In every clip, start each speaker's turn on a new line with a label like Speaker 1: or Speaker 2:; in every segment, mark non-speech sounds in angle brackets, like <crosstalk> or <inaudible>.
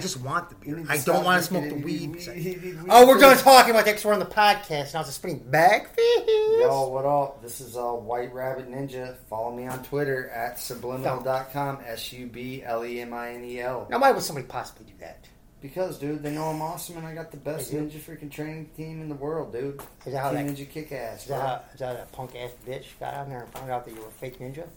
Speaker 1: just want the beer.
Speaker 2: need to
Speaker 1: I
Speaker 2: stop
Speaker 1: don't want to
Speaker 2: making
Speaker 1: smoke the
Speaker 2: it-
Speaker 1: weed.
Speaker 2: we- we- we- we-
Speaker 1: oh, we're done talking about that because we're on the podcast, and I was just spinning back fist.
Speaker 2: Yo, what up? This is uh, White Rabbit Ninja. Follow me on Twitter at subliminal.com. S U B L E M I N E L.
Speaker 1: Now, why would somebody possibly do that?
Speaker 2: Because, dude, they know I'm awesome and I got the best
Speaker 1: They do.
Speaker 2: ninja freaking training team in the world, dude.
Speaker 1: Is that how
Speaker 2: team
Speaker 1: that-
Speaker 2: Ninja kick ass.
Speaker 1: Is that, how, is that a punk ass bitch got on there and found out that you were a fake <laughs> ninja?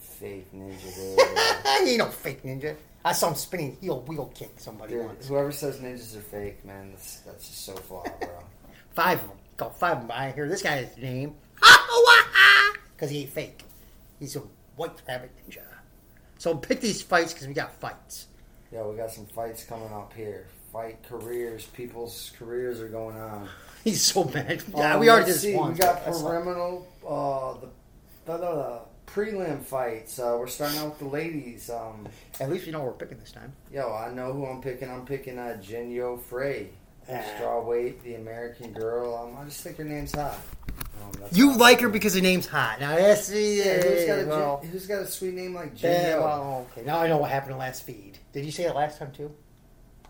Speaker 2: Fake
Speaker 1: <laughs>
Speaker 2: ninja, dude.
Speaker 1: you ain't no fake ninja. I saw him spinning heel wheel kick somebody
Speaker 2: dude.
Speaker 1: once.
Speaker 2: Whoever says ninjas are fake, man, that's, that's just so fly, bro.
Speaker 1: Five of them. Got five of them. I hear this guy's name. <laughs> Because he ain't fake. He's a white rabbit ninja. So pick these fights because we got fights. <laughs>
Speaker 2: Yo, we got some fights coming up here. Fight careers. People's careers are going on.
Speaker 1: He's so mad. Yeah,
Speaker 2: Um,
Speaker 1: we already
Speaker 2: let's
Speaker 1: did this
Speaker 2: see,
Speaker 1: once.
Speaker 2: We got
Speaker 1: That's all.
Speaker 2: perimeter, uh, the, the, the, the prelim fights. Uh, we're starting out with the ladies. Um,
Speaker 1: At least we know what we're picking this time.
Speaker 2: yo, I know who I'm picking. I'm picking uh, Genyo Frey.
Speaker 1: Eh.
Speaker 2: Straw weight, the American girl. Um, I just think her name's hot. Um, that's
Speaker 1: You
Speaker 2: all.
Speaker 1: like her because her name's hot. Now that's
Speaker 2: Yeah, who's got, a,
Speaker 1: yeah,
Speaker 2: Gen-
Speaker 1: well,
Speaker 2: who's got a sweet name like
Speaker 1: yeah,
Speaker 2: Genyo?
Speaker 1: well, okay. Now I know what happened in the last feed. Did you say it last time too? <laughs>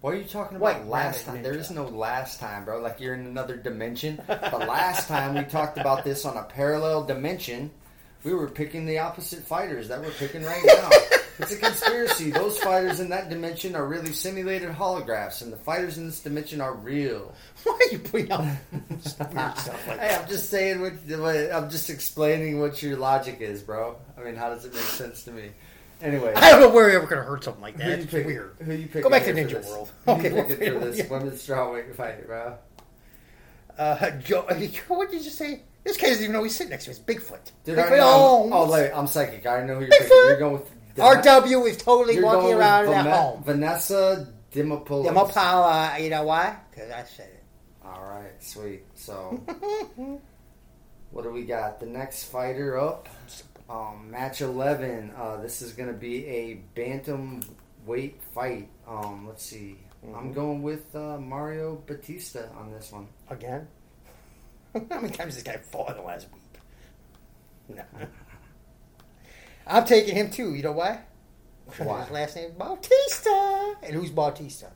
Speaker 2: What are you talking about
Speaker 1: White rabbit
Speaker 2: last time?
Speaker 1: ninja.
Speaker 2: There is no last time, bro. Like you're in another dimension. The last time we talked about this on a parallel dimension, we were picking the opposite fighters that we're picking right now. it's a conspiracy. Those fighters in that dimension are really simulated holographs, and the fighters in this dimension are real.
Speaker 1: Why are you putting
Speaker 2: <laughs>
Speaker 1: out weird stuff like
Speaker 2: Hey,
Speaker 1: that?
Speaker 2: I'm just saying what, what I'm just explaining what your logic is, bro. I mean, how does it make sense to me? Anyway,
Speaker 1: I don't know where you're ever gonna heard something like
Speaker 2: who
Speaker 1: that.
Speaker 2: you
Speaker 1: It's
Speaker 2: pick-
Speaker 1: weird.
Speaker 2: Who you pick?
Speaker 1: Go back to Ninja
Speaker 2: this?
Speaker 1: World.
Speaker 2: Who
Speaker 1: Okay,
Speaker 2: you picking for
Speaker 1: we'll-
Speaker 2: this women's strawweight fight, bro?
Speaker 1: Uh, Joe, <laughs> what did you just say? This guy doesn't even know he's sitting next to us. Bigfoot.
Speaker 2: Dude, I
Speaker 1: Bigfoot
Speaker 2: know.
Speaker 1: owns.
Speaker 2: I'm, oh, like, I'm psychic. I know who you're
Speaker 1: Bigfoot.
Speaker 2: picking. You're going with
Speaker 1: RW is totally
Speaker 2: you're
Speaker 1: walking
Speaker 2: going with
Speaker 1: around at
Speaker 2: Vame-
Speaker 1: home.
Speaker 2: Vanessa Dimopoulos.
Speaker 1: I'm a pile, uh, you know why? Because I said it.
Speaker 2: All right, sweet. So,
Speaker 1: <laughs>
Speaker 2: what do we got? The next fighter up, um, match 11. Uh, this is going to be a bantam weight fight. Um, let's see.
Speaker 1: Mm-hmm.
Speaker 2: I'm going with uh, Mario Batista on this one.
Speaker 1: Again? <laughs> How many times has this guy fought in the last week?
Speaker 2: <laughs>
Speaker 1: No. I'm taking him too. You know why? 'Cause
Speaker 2: Why?
Speaker 1: His last name is Bautista. And who's Bautista?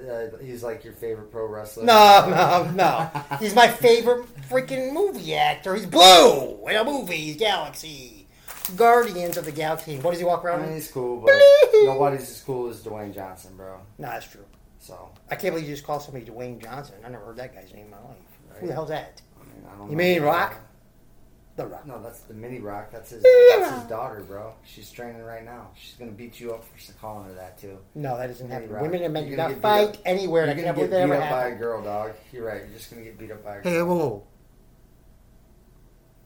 Speaker 2: Uh, he's like your favorite pro wrestler.
Speaker 1: No, no, no.
Speaker 2: <laughs>
Speaker 1: He's my favorite freaking movie actor. He's blue in a movie. Galaxy. Guardians of the Galaxy. What does he walk
Speaker 2: I
Speaker 1: around
Speaker 2: mean,
Speaker 1: in?
Speaker 2: he's cool,
Speaker 1: <laughs>
Speaker 2: but nobody's as cool as Dwayne Johnson, bro.
Speaker 1: No, that's true.
Speaker 2: So,
Speaker 1: I can't believe you just called somebody Dwayne Johnson. I never heard that guy's name in my life. Who the
Speaker 2: Right.
Speaker 1: hell's that?
Speaker 2: I mean, I don't
Speaker 1: You
Speaker 2: know.
Speaker 1: mean Rock? The Rock.
Speaker 2: No, that's the mini rock.
Speaker 1: <laughs>
Speaker 2: That's his.
Speaker 1: Mini
Speaker 2: That's his
Speaker 1: Rock.
Speaker 2: daughter, bro. She's training right now. She's gonna beat you up for calling her that too.
Speaker 1: No, that doesn't
Speaker 2: Hey,
Speaker 1: happen.
Speaker 2: Rock,
Speaker 1: Women and men
Speaker 2: you're
Speaker 1: do
Speaker 2: gonna
Speaker 1: not
Speaker 2: get beat
Speaker 1: fight anywhere. and I
Speaker 2: you're
Speaker 1: can't
Speaker 2: gonna
Speaker 1: believe
Speaker 2: get
Speaker 1: that ever
Speaker 2: beat up by a
Speaker 1: happened.
Speaker 2: girl, dog. You're right. You're just gonna get beat up by a girl.
Speaker 1: Hey, whoa, whoa.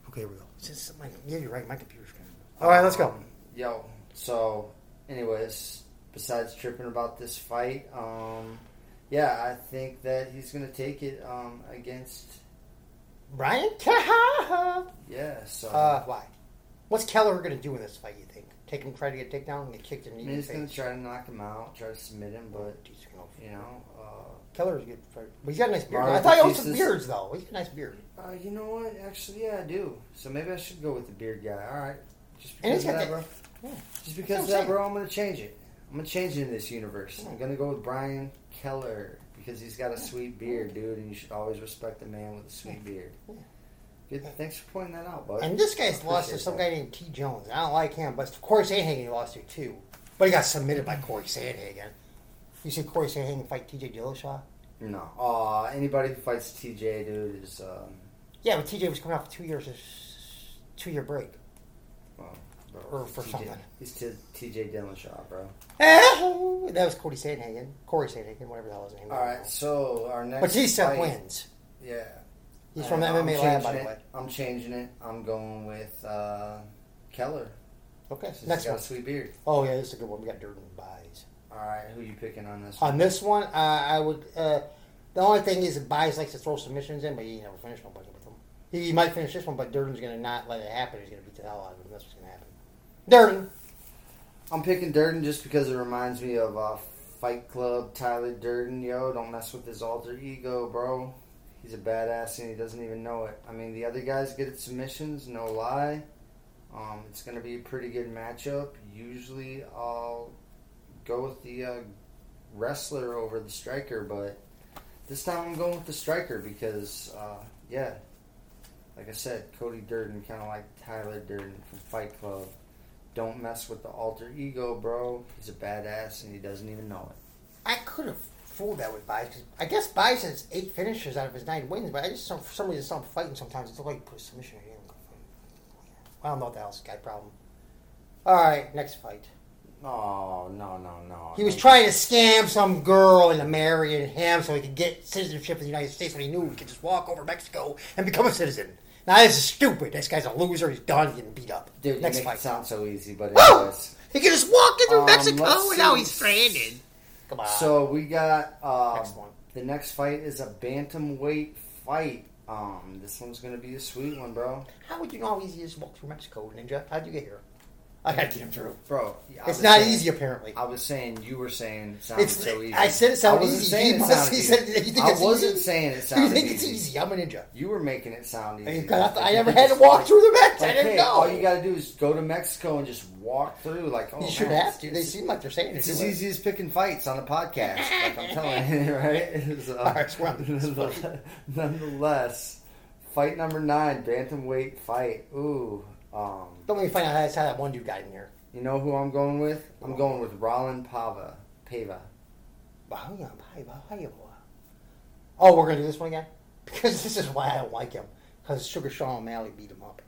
Speaker 1: Okay, here we go. It's just my, yeah, you're right. My computer's kind of. All right, let's go.
Speaker 2: Um, yo. So, anyways, besides tripping about this fight, um, yeah, I think that he's gonna take it um, against.
Speaker 1: Brian Keller.
Speaker 2: Yeah. So.
Speaker 1: Uh, why? What's Keller going to do in this fight? You think? Take him, try to get takedown, and get kicked in the
Speaker 2: I mean, he's
Speaker 1: face.
Speaker 2: gonna try to knock him out, try to submit him, but
Speaker 1: He's gonna-
Speaker 2: you know, uh,
Speaker 1: Keller's a good. fighter. But he's got a nice beard.
Speaker 2: Mario
Speaker 1: I thought he owned some
Speaker 2: Batista's-
Speaker 1: beards though. He's got a nice beard,
Speaker 2: uh, you know what? Actually, yeah, I do. So maybe I should go with the beard guy. All right. Just
Speaker 1: and he's
Speaker 2: because of
Speaker 1: got
Speaker 2: that,
Speaker 1: that.
Speaker 2: bro.
Speaker 1: yeah.
Speaker 2: Just
Speaker 1: That's
Speaker 2: because of
Speaker 1: what I'm
Speaker 2: that, bro, I'm gonna change it. I'm gonna change it in this universe. I'm
Speaker 1: Yeah.
Speaker 2: gonna go with Brian Keller because he's got a sweet beard, dude, and you should always respect a man with a sweet beard.
Speaker 1: Yeah.
Speaker 2: Good, thanks for pointing that out, bud.
Speaker 1: And this guy's lost to
Speaker 2: Appreciate
Speaker 1: some
Speaker 2: that.
Speaker 1: guy named T. Jones. I don't like him, but Corey Sandhagen he lost to too. But he got submitted by Corey Sandhagen. You see Corey Sandhagen fight T.J. Dillashaw?
Speaker 2: No, uh, anybody who fights TJ, dude, is um,
Speaker 1: Yeah, but T.J. was coming off a two years, two year break. <laughs>
Speaker 2: well, bro,
Speaker 1: Or for
Speaker 2: TJ
Speaker 1: something.
Speaker 2: He's t- TJ Dillashaw, bro.
Speaker 1: Ah, that was Cody Sandhagen, Corey Sandhagen, whatever the hell his name. is.
Speaker 2: All right, so our next.
Speaker 1: but he still
Speaker 2: fight-
Speaker 1: wins.
Speaker 2: Yeah,
Speaker 1: He's from the
Speaker 2: Uh, I'm
Speaker 1: MMA Lab,
Speaker 2: changing
Speaker 1: by the
Speaker 2: it.
Speaker 1: way.
Speaker 2: I'm changing it. I'm going with uh, Keller.
Speaker 1: Okay,
Speaker 2: Since
Speaker 1: next
Speaker 2: he's got
Speaker 1: one.
Speaker 2: a sweet beard.
Speaker 1: Oh yeah, this is a good one. We got Durden buys.
Speaker 2: All right, who you picking on this?
Speaker 1: On this one, uh, I would. Uh, the only thing is, Buys likes to throw submissions in, but he never finished nobody with them. He, he might finish this one, but Durden's going to not let it happen. He's going to beat the hell out of him. That's what's going to happen. Durden.
Speaker 2: I'm picking Durden just because it reminds me of uh, Fight Club Tyler Durden. Yo, don't mess with his alter ego, bro. He's a badass and he doesn't even know it. I mean, the other guy's good at submissions, no lie. Um, it's going to be a pretty good matchup. Usually, I'll go with the uh, wrestler over the striker, but this time I'm going with the striker because, uh, yeah, like I said, Cody Durden, kind of like Tyler Durden from Fight Club. Don't mess with the alter ego, bro. He's a badass and he doesn't even know it.
Speaker 1: I could have fooled that with Bice. 'cause I guess Bice has eight finishes out of his nine wins, but I just saw, for some reason saw him fighting sometimes. It's like he put a submission in. I don't know what the hell's guy problem. All right, next fight.
Speaker 2: No, no, no, no.
Speaker 1: He was trying to scam some girl into marrying him so he could get citizenship in the United States when he knew he could just walk over to Mexico and become a citizen. Now this is stupid. This guy's a loser. He's done. He's getting beat up.
Speaker 2: Dude, you
Speaker 1: Next
Speaker 2: make
Speaker 1: fight.
Speaker 2: it sound so easy, but
Speaker 1: Woo!
Speaker 2: anyways.
Speaker 1: He could just walk in through
Speaker 2: Um,
Speaker 1: Mexico
Speaker 2: let's
Speaker 1: and now
Speaker 2: see.
Speaker 1: he's stranded. Come on.
Speaker 2: So we got uh,
Speaker 1: Next one.
Speaker 2: the next fight is a bantamweight fight. Um, this one's gonna be a sweet one, bro.
Speaker 1: How would you know how easy it is to walk through Mexico, Ninja? How'd you get here? I gotta get him through.
Speaker 2: Bro, I
Speaker 1: It's
Speaker 2: was
Speaker 1: not
Speaker 2: saying-
Speaker 1: easy, apparently.
Speaker 2: I was saying you were saying it sounded
Speaker 1: It's.
Speaker 2: so easy.
Speaker 1: I said it sounded
Speaker 2: I wasn't
Speaker 1: easy.
Speaker 2: saying
Speaker 1: <laughs> He
Speaker 2: it
Speaker 1: must-
Speaker 2: sounded
Speaker 1: he
Speaker 2: easy.
Speaker 1: said that you think
Speaker 2: I
Speaker 1: it's
Speaker 2: wasn't
Speaker 1: easy?
Speaker 2: saying
Speaker 1: <laughs>
Speaker 2: it
Speaker 1: You
Speaker 2: sounded
Speaker 1: think
Speaker 2: easy.
Speaker 1: it's easy? I'm a ninja.
Speaker 2: You were making it sound easy.
Speaker 1: And God, I never had to walk through the Mets. I
Speaker 2: Like,
Speaker 1: didn't
Speaker 2: hey,
Speaker 1: know.
Speaker 2: All you gotta do is go to Mexico and just walk through. Like oh,
Speaker 1: you should
Speaker 2: man,
Speaker 1: have to. They
Speaker 2: it's-
Speaker 1: seem like they're saying
Speaker 2: It's
Speaker 1: it.
Speaker 2: as easy as picking fights on a podcast. Like I'm telling you, <laughs> right? So,
Speaker 1: All right, scrub.
Speaker 2: nonetheless, <laughs> nonetheless, fight number nine, bantamweight fight. Oough, um,
Speaker 1: Don't let me find out how, how that one dude got in here.
Speaker 2: you know who I'm going with? I'm going with Rollin Pava. Pava.
Speaker 1: Wow, yeah, bye, bye, bye. Oh, we're gonna do this one again <laughs> because this is why I don't like him. Because Sugar Sean O'Malley beat him up.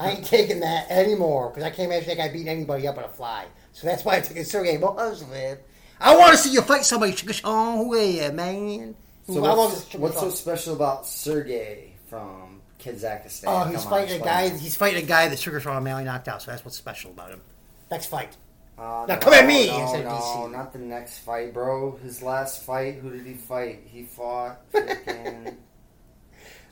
Speaker 1: I ain't taking that anymore because I can't imagine that guy beating anybody up on a fly. So that's why I took Sergey Bozlin. I want to see you fight somebody, Sugar Sean. Who are you, man?
Speaker 2: So
Speaker 1: I love this
Speaker 2: what's,
Speaker 1: Sugar
Speaker 2: what's so
Speaker 1: Sean.
Speaker 2: special about Sergey from Kazakhstan?
Speaker 1: Oh, he's
Speaker 2: Come on,
Speaker 1: fighting a guy.
Speaker 2: explain.
Speaker 1: He's fighting a guy that Sugar Sean O'Malley knocked out. So that's what's special about him. Next fight.
Speaker 2: Uh,
Speaker 1: Now come at me
Speaker 2: No,
Speaker 1: instead of
Speaker 2: no,
Speaker 1: DC.
Speaker 2: not the next fight, bro. His last fight. Who did he fight? He fought.
Speaker 1: <laughs>
Speaker 2: Freaking,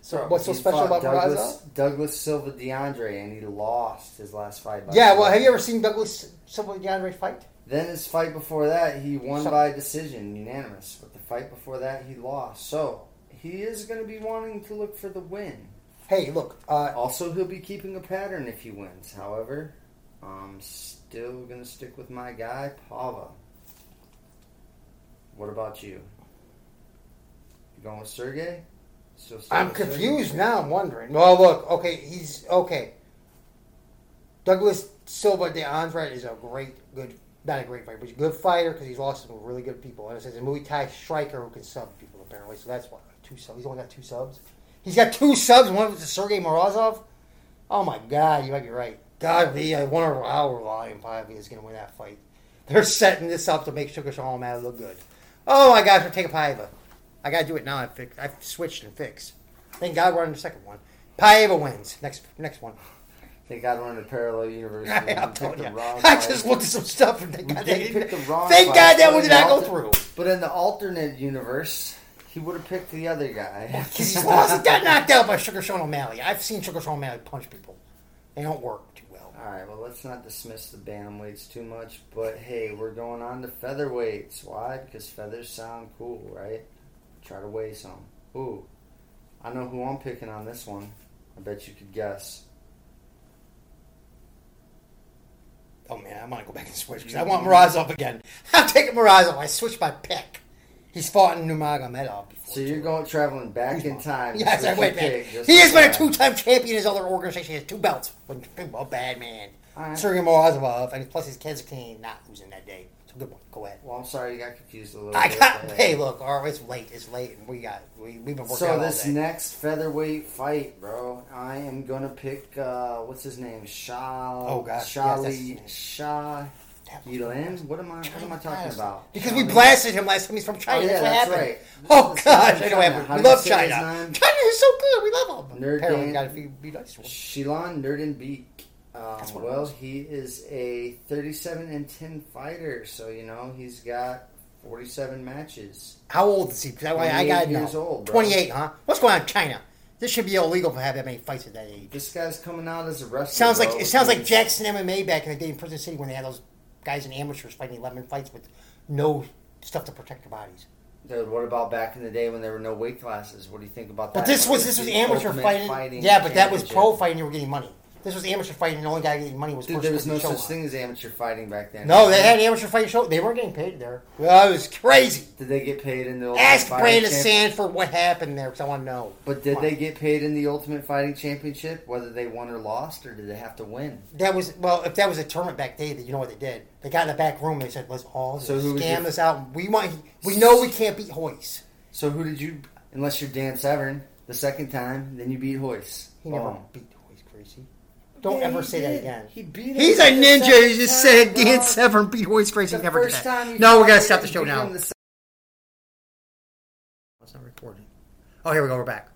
Speaker 1: So what's so
Speaker 2: he
Speaker 1: special
Speaker 2: fought
Speaker 1: about Peraza?
Speaker 2: Douglas, Douglas Silva DeAndre, and he lost his last fight. By
Speaker 1: Yeah,
Speaker 2: decision.
Speaker 1: well, have you ever seen Douglas Silva DeAndre fight?
Speaker 2: Then his fight before that, he won
Speaker 1: So-
Speaker 2: by decision, unanimous. But the fight before that, he lost. So he is going to be wanting to look for the win.
Speaker 1: Hey, look, uh,
Speaker 2: Also, he'll be keeping a pattern if he wins. However, I'm still going to stick with my guy, Pava. What about you? You going with Sergey? Still sticking
Speaker 1: I'm
Speaker 2: with Sergey?
Speaker 1: confused now. I'm wondering. Well, look, okay, he's okay. Douglas Silva de Andrade is a great, good, not a great fighter, but he's a good fighter because he's lost some really good people. And it says a Muay Thai striker who can sub people apparently. So that's why two subs. He's only got two subs. He's got two subs. and One was Sergey Morozov. Oh my God, you might be right. God, we I wonder how Ryan Pivey is going to win that fight. They're setting this up to make Sugar Sean O'Malley look good. Oh my gosh, I'm taking Paiva. I gotta do it now. I fix. I switched and fixed. Thank God we're on the second one. Paiva wins. Next, next
Speaker 2: <laughs>
Speaker 1: one.
Speaker 2: They got to run a parallel
Speaker 1: <laughs>
Speaker 2: universe.
Speaker 1: I,
Speaker 2: and
Speaker 1: am
Speaker 2: pick
Speaker 1: telling you,
Speaker 2: the wrong
Speaker 1: I
Speaker 2: fight.
Speaker 1: just looked at some stuff and thank
Speaker 2: We
Speaker 1: God, they
Speaker 2: did
Speaker 1: didn't,
Speaker 2: pick the wrong
Speaker 1: thank
Speaker 2: fight,
Speaker 1: God that
Speaker 2: but
Speaker 1: one
Speaker 2: in
Speaker 1: did
Speaker 2: the
Speaker 1: not go
Speaker 2: alter-
Speaker 1: through.
Speaker 2: But in the alternate universe, he would have picked the other guy.
Speaker 1: Because he's lost. <laughs> He got knocked out by Sugar Sean O'Malley. I've seen Sugar Sean O'Malley punch people. They don't work too well.
Speaker 2: All right, well, let's not dismiss the bantamweights too much, but hey, we're going on to featherweights. Why? Because feathers sound cool, right? Try to weigh some. Ooh, I know who I'm picking on this one. I bet you could guess.
Speaker 1: Oh man, I'm gonna go back and switch because I want Morozov again. <laughs> I'm taking Morozov. I switched my pick. He's fought in Numagomedov before.
Speaker 2: So
Speaker 1: too.
Speaker 2: you're going traveling back in time. to
Speaker 1: Yes, I
Speaker 2: switch
Speaker 1: went
Speaker 2: your
Speaker 1: back.
Speaker 2: pick just
Speaker 1: He has
Speaker 2: for
Speaker 1: been a
Speaker 2: that.
Speaker 1: two-time champion. in His other organization He has two belts. A bad man.
Speaker 2: All right.
Speaker 1: Sergey Morozov, and plus his Kazakhstan not losing that day. So good one. Go ahead.
Speaker 2: Well, I'm sorry you got confused a little
Speaker 1: I
Speaker 2: bit.
Speaker 1: got.
Speaker 2: but-
Speaker 1: Hey, look. All right, it's late. It's late, and we got. We have been working
Speaker 2: So
Speaker 1: out all
Speaker 2: this
Speaker 1: day.
Speaker 2: next featherweight fight, bro, I am gonna pick uh what's his name? Shah
Speaker 1: Oh, gosh, yes, that's his
Speaker 2: Shali
Speaker 1: name.
Speaker 2: Shah Yulan? What am I what am I talking about? Um,
Speaker 1: Because we
Speaker 2: Shaolin-
Speaker 1: blasted him last time he's from China.
Speaker 2: Oh, yeah,
Speaker 1: that's what
Speaker 2: that's
Speaker 1: happened.
Speaker 2: right.
Speaker 1: Oh
Speaker 2: That's right,
Speaker 1: gosh, I know
Speaker 2: China.
Speaker 1: what
Speaker 2: How
Speaker 1: happened. We
Speaker 2: do you
Speaker 1: love
Speaker 2: say his
Speaker 1: China.
Speaker 2: name?
Speaker 1: China is so good. We love them.
Speaker 2: Nerd
Speaker 1: Apparently,
Speaker 2: Dan.
Speaker 1: got to be, be nice to him.
Speaker 2: Shilan Nurdenbeek. Um,
Speaker 1: That's what it
Speaker 2: well,
Speaker 1: was.
Speaker 2: he is a 37 and 10 fighter, so you know he's got 47 matches.
Speaker 1: How old is he? 'Cause I, I
Speaker 2: 28
Speaker 1: got to
Speaker 2: years
Speaker 1: know.
Speaker 2: old, bro.
Speaker 1: 28, huh? What's going on in China? This should be illegal to have that many fights at that age.
Speaker 2: This guy's coming out as a wrestler.
Speaker 1: Sounds
Speaker 2: bro,
Speaker 1: like it
Speaker 2: which
Speaker 1: sounds like
Speaker 2: means-
Speaker 1: Jackson MMA back in the day in Prison City when they had those guys in amateurs fighting 11 fights with no stuff to protect their bodies.
Speaker 2: Dude, what about back in the day when there were no weight classes? What do you think about that?
Speaker 1: But this
Speaker 2: When
Speaker 1: was
Speaker 2: it
Speaker 1: this was
Speaker 2: the
Speaker 1: amateur
Speaker 2: Ultimate
Speaker 1: fighting. Yeah, but that was
Speaker 2: Championship?
Speaker 1: pro fighting. You were getting money. This was amateur fighting, and the only guy getting money was
Speaker 2: Dude,
Speaker 1: Bruce
Speaker 2: there was no
Speaker 1: Pritchard
Speaker 2: such
Speaker 1: Show.
Speaker 2: thing as amateur fighting back then.
Speaker 1: No, they had an amateur fighting show. They weren't getting paid there. Well, it was crazy.
Speaker 2: Did they get paid in the Ultimate
Speaker 1: Ask
Speaker 2: Fighting
Speaker 1: Brandon
Speaker 2: Champ-
Speaker 1: Sanford what happened there because I want to know.
Speaker 2: But did they get paid in the Ultimate Fighting Championship, whether they won or lost, or did they have to win?
Speaker 1: That was well. If that was a tournament back then, then you know what they did. They got in the back room. and They said, "Let's all
Speaker 2: So who would
Speaker 1: scam
Speaker 2: you-
Speaker 1: this out. We want. We know we can't beat Hoyce.
Speaker 2: So who did you? Unless you're Dan Severn, the second time, then you beat Hoist.
Speaker 1: He never
Speaker 2: Boom.
Speaker 1: beat Hoyce, Gracie. Don't
Speaker 2: Yeah,
Speaker 1: ever
Speaker 2: he
Speaker 1: say
Speaker 2: did.
Speaker 1: that again.
Speaker 2: He beat him
Speaker 1: He's a
Speaker 2: the
Speaker 1: ninja.
Speaker 2: second
Speaker 1: He just
Speaker 2: time,
Speaker 1: said Dan
Speaker 2: dog.
Speaker 1: Severn beat Hoyce Gracie.
Speaker 2: The
Speaker 1: never did
Speaker 2: first
Speaker 1: that.
Speaker 2: time you
Speaker 1: No, we
Speaker 2: fought
Speaker 1: gotta
Speaker 2: him,
Speaker 1: stop the
Speaker 2: you
Speaker 1: show
Speaker 2: beat
Speaker 1: now.
Speaker 2: him the se-
Speaker 1: It's not recording. Oh, here we go. We're back.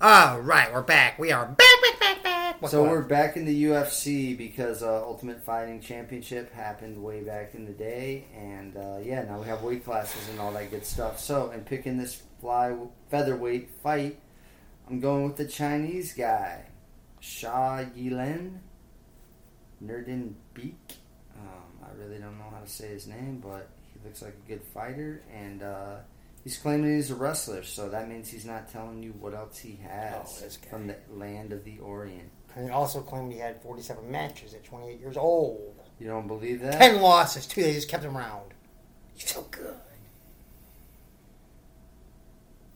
Speaker 1: All right, we're back. We are back, back, back, back. What's
Speaker 2: So
Speaker 1: going on?
Speaker 2: we're back in the UFC because uh, Ultimate Fighting Championship happened way back in the day, and uh, yeah, now we have weight classes and all that good stuff. So, and picking this fly featherweight fight, I'm going with the Chinese guy, Sha Yilin Nerdin Beek. Um, I really don't know how to say his name, but he looks like a good fighter, and uh, he's claiming he's a wrestler, so that means he's not telling you what else he
Speaker 1: Oh, this
Speaker 2: has
Speaker 1: guy.
Speaker 2: from the land of the Orient.
Speaker 1: And he also claimed he had 47 matches at 28 years old.
Speaker 2: You don't believe that?
Speaker 1: 10 losses, too. They just kept him around. He's so good.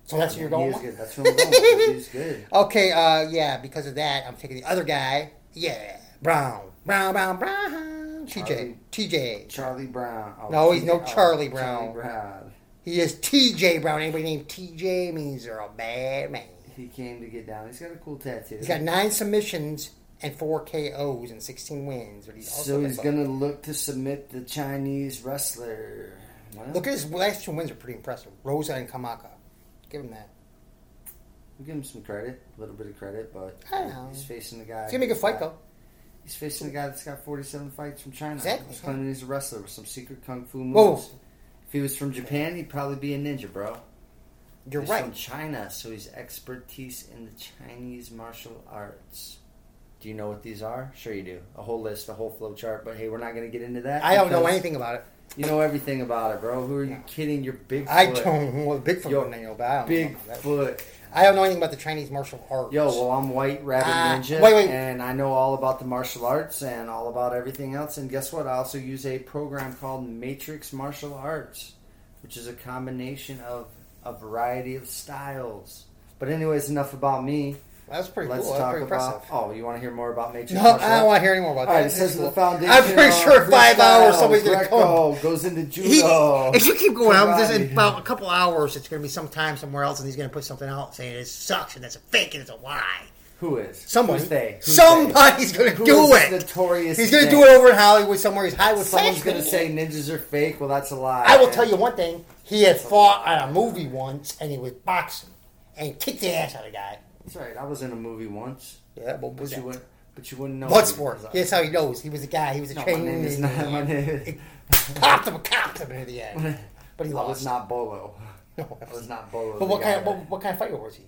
Speaker 1: So that's who you're going
Speaker 2: He is
Speaker 1: with?
Speaker 2: good. That's who I'm going with.
Speaker 1: <laughs>
Speaker 2: He's good.
Speaker 1: Okay, uh, yeah, because of that, I'm taking the other guy. Yeah, Brown. Brown, Brown, Brown. TJ.
Speaker 2: Charlie.
Speaker 1: TJ.
Speaker 2: Charlie Brown. Oh,
Speaker 1: No, he's
Speaker 2: T-
Speaker 1: no
Speaker 2: oh,
Speaker 1: Charlie Brown.
Speaker 2: Charlie Brown.
Speaker 1: He is TJ Brown. Anybody named TJ means they're a bad man.
Speaker 2: He came to get down. He's got a cool tattoo.
Speaker 1: He's got nine submissions and four KOs and 16 wins. But he's also
Speaker 2: so
Speaker 1: been
Speaker 2: he's
Speaker 1: bu-
Speaker 2: gonna look to submit the Chinese wrestler. Well,
Speaker 1: Look at his last two wins are pretty impressive. Rosa and Kamaka. Give him that.
Speaker 2: we'll give him some credit, a little bit of credit, but
Speaker 1: I don't know.
Speaker 2: he's facing the guy.
Speaker 1: It's gonna be a good
Speaker 2: that's
Speaker 1: fight
Speaker 2: got-
Speaker 1: though.
Speaker 2: He's facing the guy that's got forty-seven fights from China.
Speaker 1: Exactly.
Speaker 2: He's claiming he's a wrestler with some secret kung fu moves.
Speaker 1: Whoa.
Speaker 2: If he was from Japan, he'd probably be a ninja, bro.
Speaker 1: You're
Speaker 2: He's from
Speaker 1: right.
Speaker 2: China, so he's expertise in the Chinese martial arts. Do you know what these are? Sure, you do. A whole list, a whole flow chart. But hey, we're not going to get into that.
Speaker 1: I don't know
Speaker 2: because
Speaker 1: anything about it.
Speaker 2: You know everything about it, bro. Who are you
Speaker 1: No.
Speaker 2: kidding? You're Bigfoot.
Speaker 1: I don't know what Bigfoot
Speaker 2: Yo,
Speaker 1: I know about. I don't know about that.
Speaker 2: Bigfoot.
Speaker 1: I don't know anything about the Chinese martial arts.
Speaker 2: Yo, well, I'm White Rabbit
Speaker 1: Ah,
Speaker 2: Ninja,
Speaker 1: wait, wait.
Speaker 2: and I know all about the martial arts and all about everything else. And guess what? I also use a program called Matrix Martial Arts, which is a combination of a variety of styles. But anyways, enough about me.
Speaker 1: that's pretty
Speaker 2: Let's
Speaker 1: cool. That's
Speaker 2: talk
Speaker 1: pretty
Speaker 2: about.
Speaker 1: impressive.
Speaker 2: Oh, you want to hear more about Matrix?
Speaker 1: No,
Speaker 2: martial
Speaker 1: I don't
Speaker 2: arts?
Speaker 1: want to hear any more about
Speaker 2: All right,
Speaker 1: that.
Speaker 2: it says the
Speaker 1: Cool.
Speaker 2: foundation.
Speaker 1: I'm pretty sure in five hours somebody's gonna come.
Speaker 2: Greco goes into judo.
Speaker 1: He, if you keep going on with this, in
Speaker 2: karate.
Speaker 1: about a couple hours, it's going to be sometime somewhere else, and he's going to put something out saying it sucks and it's a fake and it's a lie.
Speaker 2: Who is?
Speaker 1: Somebody,
Speaker 2: Who's they? Who's
Speaker 1: somebody's going to
Speaker 2: Who
Speaker 1: do
Speaker 2: is
Speaker 1: it.
Speaker 2: this notorious
Speaker 1: he's going to
Speaker 2: thing?
Speaker 1: do it over in Hollywood somewhere. He's high
Speaker 2: they?
Speaker 1: with
Speaker 2: Someone's
Speaker 1: flash
Speaker 2: gonna
Speaker 1: people.
Speaker 2: say ninjas are fake. Well, that's a lie.
Speaker 1: I will
Speaker 2: man.
Speaker 1: tell you one thing. He had fought on a movie once, and he was boxing and kicked the ass out of a guy.
Speaker 2: That's right. I was in a movie once,
Speaker 1: Yeah, what
Speaker 2: but you wouldn't. But you wouldn't know.
Speaker 1: Bloodsport. That's how he knows. He was a guy. He was a
Speaker 2: No, my
Speaker 1: trainee.
Speaker 2: name is not. My
Speaker 1: <laughs>
Speaker 2: name.
Speaker 1: Popped him, copped him in the end. But he
Speaker 2: <laughs> I
Speaker 1: lost.
Speaker 2: was not Bolo.
Speaker 1: No.
Speaker 2: I was not Bolo.
Speaker 1: But what
Speaker 2: the
Speaker 1: kind of
Speaker 2: guy.
Speaker 1: what, what kind of fighter was he?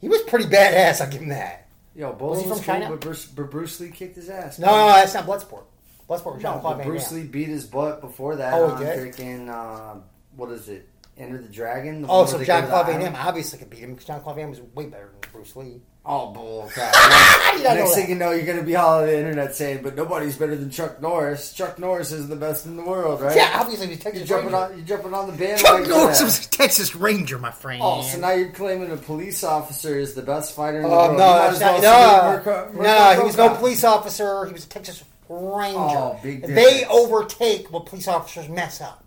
Speaker 1: He was pretty badass. I'll give him that.
Speaker 2: Yo, Bolo
Speaker 1: Was
Speaker 2: was,
Speaker 1: he from
Speaker 2: cool,
Speaker 1: China?
Speaker 2: but Bruce, but Bruce Lee kicked his ass.
Speaker 1: No, no, no that's not Bloodsport. Bloodsport was
Speaker 2: No,
Speaker 1: Jean Claude
Speaker 2: but
Speaker 1: Van
Speaker 2: Bruce
Speaker 1: Damme.
Speaker 2: Lee beat his butt before that.
Speaker 1: Oh,
Speaker 2: Oh,
Speaker 1: he
Speaker 2: on
Speaker 1: did?
Speaker 2: freaking uh, what is it? Enter the Dragon. The
Speaker 1: Oh,
Speaker 2: one where
Speaker 1: so
Speaker 2: they
Speaker 1: John
Speaker 2: go to
Speaker 1: Claude
Speaker 2: the
Speaker 1: Van Damme
Speaker 2: island?
Speaker 1: obviously could beat him because John Claude Van Damme was way better than Bruce Lee.
Speaker 2: Oh,
Speaker 1: <laughs>
Speaker 2: bullcrap.
Speaker 1: did I know that?
Speaker 2: Next thing you know, you're gonna be all on the internet saying, "But nobody's better than Chuck Norris. Chuck Norris is the best in the world, right?"
Speaker 1: Yeah, obviously he's
Speaker 2: You're
Speaker 1: Texas
Speaker 2: jumping
Speaker 1: Ranger.
Speaker 2: on. You're jumping on the bandwagon.
Speaker 1: Chuck
Speaker 2: for
Speaker 1: Norris
Speaker 2: that.
Speaker 1: was a Texas Ranger, my friend.
Speaker 2: Oh, so now you're claiming a police officer is the best fighter in the
Speaker 1: Oh,
Speaker 2: world.
Speaker 1: no,
Speaker 2: You might
Speaker 1: that's
Speaker 2: as
Speaker 1: not,
Speaker 2: well
Speaker 1: no,
Speaker 2: salute Murko-
Speaker 1: no,
Speaker 2: Murko
Speaker 1: he was no
Speaker 2: Rokop.
Speaker 1: police officer. He was a Texas Ranger.
Speaker 2: Oh, big
Speaker 1: they
Speaker 2: difference.
Speaker 1: overtake what police officers mess up.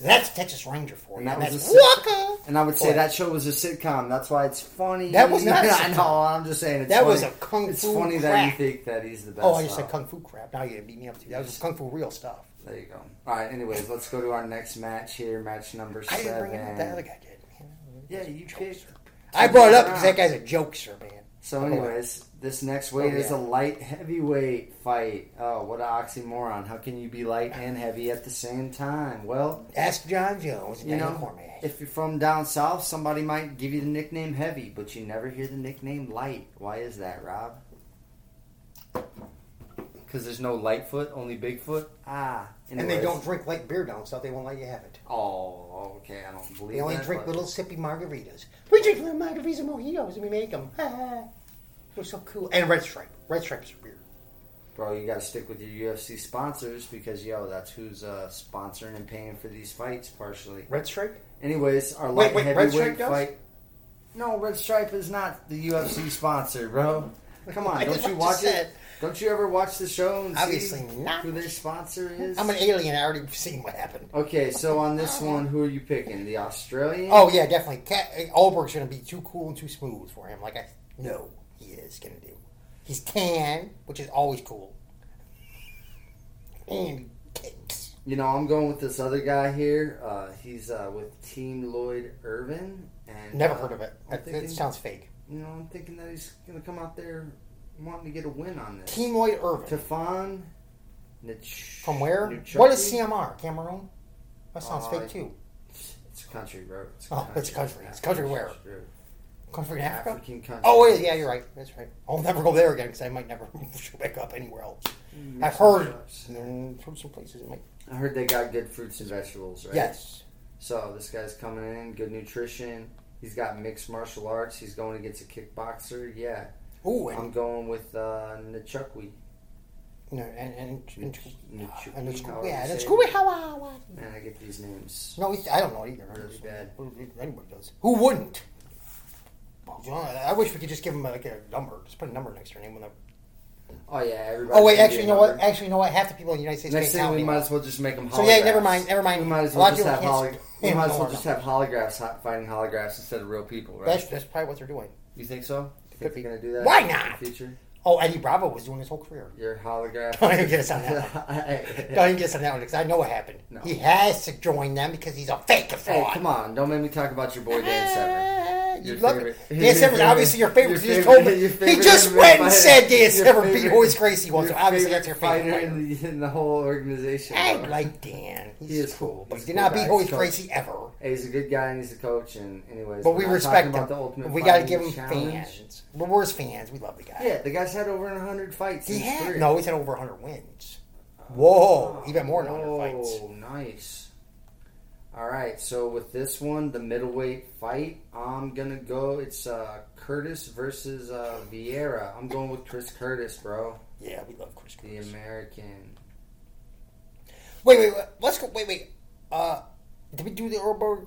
Speaker 1: That's Texas Ranger for you.
Speaker 2: And that was
Speaker 1: that's
Speaker 2: a sit-
Speaker 1: Waka.
Speaker 2: And I would say
Speaker 1: Boy.
Speaker 2: that show was a sitcom. That's why it's funny.
Speaker 1: That
Speaker 2: <laughs>
Speaker 1: was not a
Speaker 2: Yeah,
Speaker 1: sitcom.
Speaker 2: I know. I'm just saying. It's
Speaker 1: That
Speaker 2: funny.
Speaker 1: was a kung
Speaker 2: It's
Speaker 1: fu
Speaker 2: funny
Speaker 1: crack.
Speaker 2: that you think that he's the best.
Speaker 1: Oh, I just
Speaker 2: though.
Speaker 1: said kung fu crap. Now you're gonna beat me up too. That was kung fu real stuff.
Speaker 2: There you go. All right. Anyways, let's go to our next match here. Match number
Speaker 1: I
Speaker 2: seven.
Speaker 1: didn't bring it up. That other guy did. Man.
Speaker 2: Yeah, you kicked.
Speaker 1: I brought it up because that guy's a jokester, man.
Speaker 2: <laughs> So, anyways, this next weight
Speaker 1: Oh,
Speaker 2: is
Speaker 1: yeah.
Speaker 2: a light heavyweight fight. Oh, what an oxymoron! How can you be light and heavy at the same time? Well,
Speaker 1: Ask John Jones.
Speaker 2: you
Speaker 1: Daniel
Speaker 2: know,
Speaker 1: Cormier.
Speaker 2: if you're from down south, somebody might give you the nickname heavy, but you never hear the nickname light. Why is that, Rob? Because there's no Lightfoot, only Bigfoot. Ah,
Speaker 1: and they
Speaker 2: anyways.
Speaker 1: don't drink light beer down south. They won't let you have it.
Speaker 2: Oh, okay. I don't believe.
Speaker 1: They only
Speaker 2: that,
Speaker 1: drink
Speaker 2: but-
Speaker 1: little sippy margaritas. We drink little margaritas and mojitos, and we make them. They're so cool. And Red Stripe. Red Stripe's weird.
Speaker 2: Bro, you gotta stick with your UFC sponsors because yo, that's who's uh, sponsoring and paying for these fights partially.
Speaker 1: Red Stripe?
Speaker 2: Anyways, our
Speaker 1: Wait,
Speaker 2: light
Speaker 1: wait, Red Stripe
Speaker 2: heavyweight
Speaker 1: does?
Speaker 2: fight. No, Red Stripe is not the UFC sponsor, bro. Come
Speaker 1: <laughs>
Speaker 2: on,
Speaker 1: I
Speaker 2: don't
Speaker 1: just
Speaker 2: you
Speaker 1: just
Speaker 2: watch it?
Speaker 1: said,
Speaker 2: Don't you ever watch the show and
Speaker 1: Obviously
Speaker 2: see
Speaker 1: not.
Speaker 2: who their sponsor is?
Speaker 1: I'm an alien. I already <laughs> seen what happened.
Speaker 2: okay, so on this one, who are you picking? The Australian?
Speaker 1: Oh, yeah, definitely. Cat, Olberg's going to be too cool and too smooth for him. Like I know he is going to do. He's tan, which is always cool. And kicks.
Speaker 2: You know, I'm going with this other guy here. Uh, he's uh, with Team Lloyd Irvin, and
Speaker 1: Never
Speaker 2: uh,
Speaker 1: heard of it.
Speaker 2: I'm
Speaker 1: That, that
Speaker 2: thinking,
Speaker 1: sounds fake.
Speaker 2: you know, I'm thinking that he's gonna come out there wanting to get a win on this.
Speaker 1: Kemoid Irvin.
Speaker 2: Tefan Nich-
Speaker 1: From where?
Speaker 2: Nuchucky?
Speaker 1: What is CMR? Cameroon? That sounds
Speaker 2: Uh,
Speaker 1: fake too.
Speaker 2: It's a country, bro. It's a
Speaker 1: Oh, it's a country. It's country where?
Speaker 2: True.
Speaker 1: Country in Africa?
Speaker 2: African country.
Speaker 1: Oh, wait, yeah, you're right. That's right. I'll never go there again because I might never <laughs> show back up anywhere else.
Speaker 2: Mm,
Speaker 1: I've
Speaker 2: some
Speaker 1: heard
Speaker 2: shots.
Speaker 1: mm, from some places it might.
Speaker 2: I heard they got good fruits and vegetables, right?
Speaker 1: Yes.
Speaker 2: So this guy's coming in, good nutrition. He's got mixed martial arts. He's going against a kickboxer. Yeah,
Speaker 1: Ooh, and,
Speaker 2: I'm going with uh, Nchukwi.
Speaker 1: no, and, and, and,
Speaker 2: Nch-
Speaker 1: and,
Speaker 2: Nchukwi,
Speaker 1: and it's cool.
Speaker 2: however
Speaker 1: Yeah,
Speaker 2: you
Speaker 1: and it's
Speaker 2: say
Speaker 1: cool.
Speaker 2: it.
Speaker 1: How, how, how.
Speaker 2: Man, I get these names.
Speaker 1: No, it's- I don't know either.
Speaker 2: Really bad.
Speaker 1: Anybody does. Who wouldn't? You know, I wish we could just give him like a number. Just put a number next to their name. When they're-
Speaker 2: Oh yeah, everybody.
Speaker 1: oh wait, actually, you know what? Actually, you know what? Half the people in the United States
Speaker 2: Next
Speaker 1: can't
Speaker 2: thing
Speaker 1: count
Speaker 2: we might
Speaker 1: anymore.
Speaker 2: as well just make them.
Speaker 1: So yeah, never mind, never mind.
Speaker 2: We might as
Speaker 1: A lot
Speaker 2: well
Speaker 1: of
Speaker 2: just
Speaker 1: people
Speaker 2: have
Speaker 1: can't
Speaker 2: holog-
Speaker 1: s-
Speaker 2: We might as well
Speaker 1: ignore
Speaker 2: just
Speaker 1: them.
Speaker 2: have holographs hi- fighting holographs instead of real people, right?
Speaker 1: That's, that's probably what they're doing.
Speaker 2: You think so?
Speaker 1: Could
Speaker 2: You think
Speaker 1: be.
Speaker 2: they're gonna do that?
Speaker 1: Why
Speaker 2: in the
Speaker 1: not?
Speaker 2: Future,
Speaker 1: Oh, Eddie Bravo was doing his whole career. <laughs>
Speaker 2: your holograph.
Speaker 1: Don't
Speaker 2: <laughs>
Speaker 1: even get us on that Don't even get us on that one because I know what happened.
Speaker 2: No.
Speaker 1: He has to join them because he's a fake and
Speaker 2: Hey,
Speaker 1: fraud. Eh,
Speaker 2: come on! Don't make me talk about your boy Dan
Speaker 1: <laughs>
Speaker 2: Severn.
Speaker 1: You
Speaker 2: Your
Speaker 1: love
Speaker 2: favorite-
Speaker 1: it. Dan Severn's obviously your favorite.
Speaker 2: your
Speaker 1: you just
Speaker 2: favorite-
Speaker 1: told me.
Speaker 2: your
Speaker 1: He
Speaker 2: favorite
Speaker 1: just
Speaker 2: MMA
Speaker 1: went and said
Speaker 2: fighter.
Speaker 1: Dan
Speaker 2: Your
Speaker 1: Severn beat
Speaker 2: favorite-
Speaker 1: Hoyce Gracie once. So
Speaker 2: your
Speaker 1: obviously, that's your favorite.
Speaker 2: favorite fighter
Speaker 1: Fighter.
Speaker 2: in the, in the whole organization.
Speaker 1: I
Speaker 2: bro.
Speaker 1: like Dan. He's
Speaker 2: He is
Speaker 1: cool,
Speaker 2: cool.
Speaker 1: but
Speaker 2: He's
Speaker 1: he did
Speaker 2: a
Speaker 1: not
Speaker 2: good
Speaker 1: beat
Speaker 2: guy.
Speaker 1: Hoyce
Speaker 2: He's cool.
Speaker 1: Gracie ever.
Speaker 2: Hey, he's a good guy and he's a coach. And anyways,
Speaker 1: But
Speaker 2: we're
Speaker 1: we
Speaker 2: not
Speaker 1: respect
Speaker 2: talking about
Speaker 1: him.
Speaker 2: the ultimate.
Speaker 1: we got to
Speaker 2: Fighting
Speaker 1: give him
Speaker 2: challenge.
Speaker 1: fans. But we're his fans. We love the guy.
Speaker 2: Yeah, the guy's had over 100 fights.
Speaker 1: He
Speaker 2: in his
Speaker 1: had
Speaker 2: career.
Speaker 1: no. He's had over 100 wins. Whoa, even more than 100 fights.
Speaker 2: Oh, nice. All right, so with this one, the middleweight fight, I'm gonna go. It's uh, Curtis versus uh, Vieira. I'm going with Chris Curtis, bro,
Speaker 1: Yeah, we love Chris.
Speaker 2: the
Speaker 1: Cruz.
Speaker 2: American.
Speaker 1: Wait, wait, wait. Let's go. Wait, wait. Uh, did we do the Orberg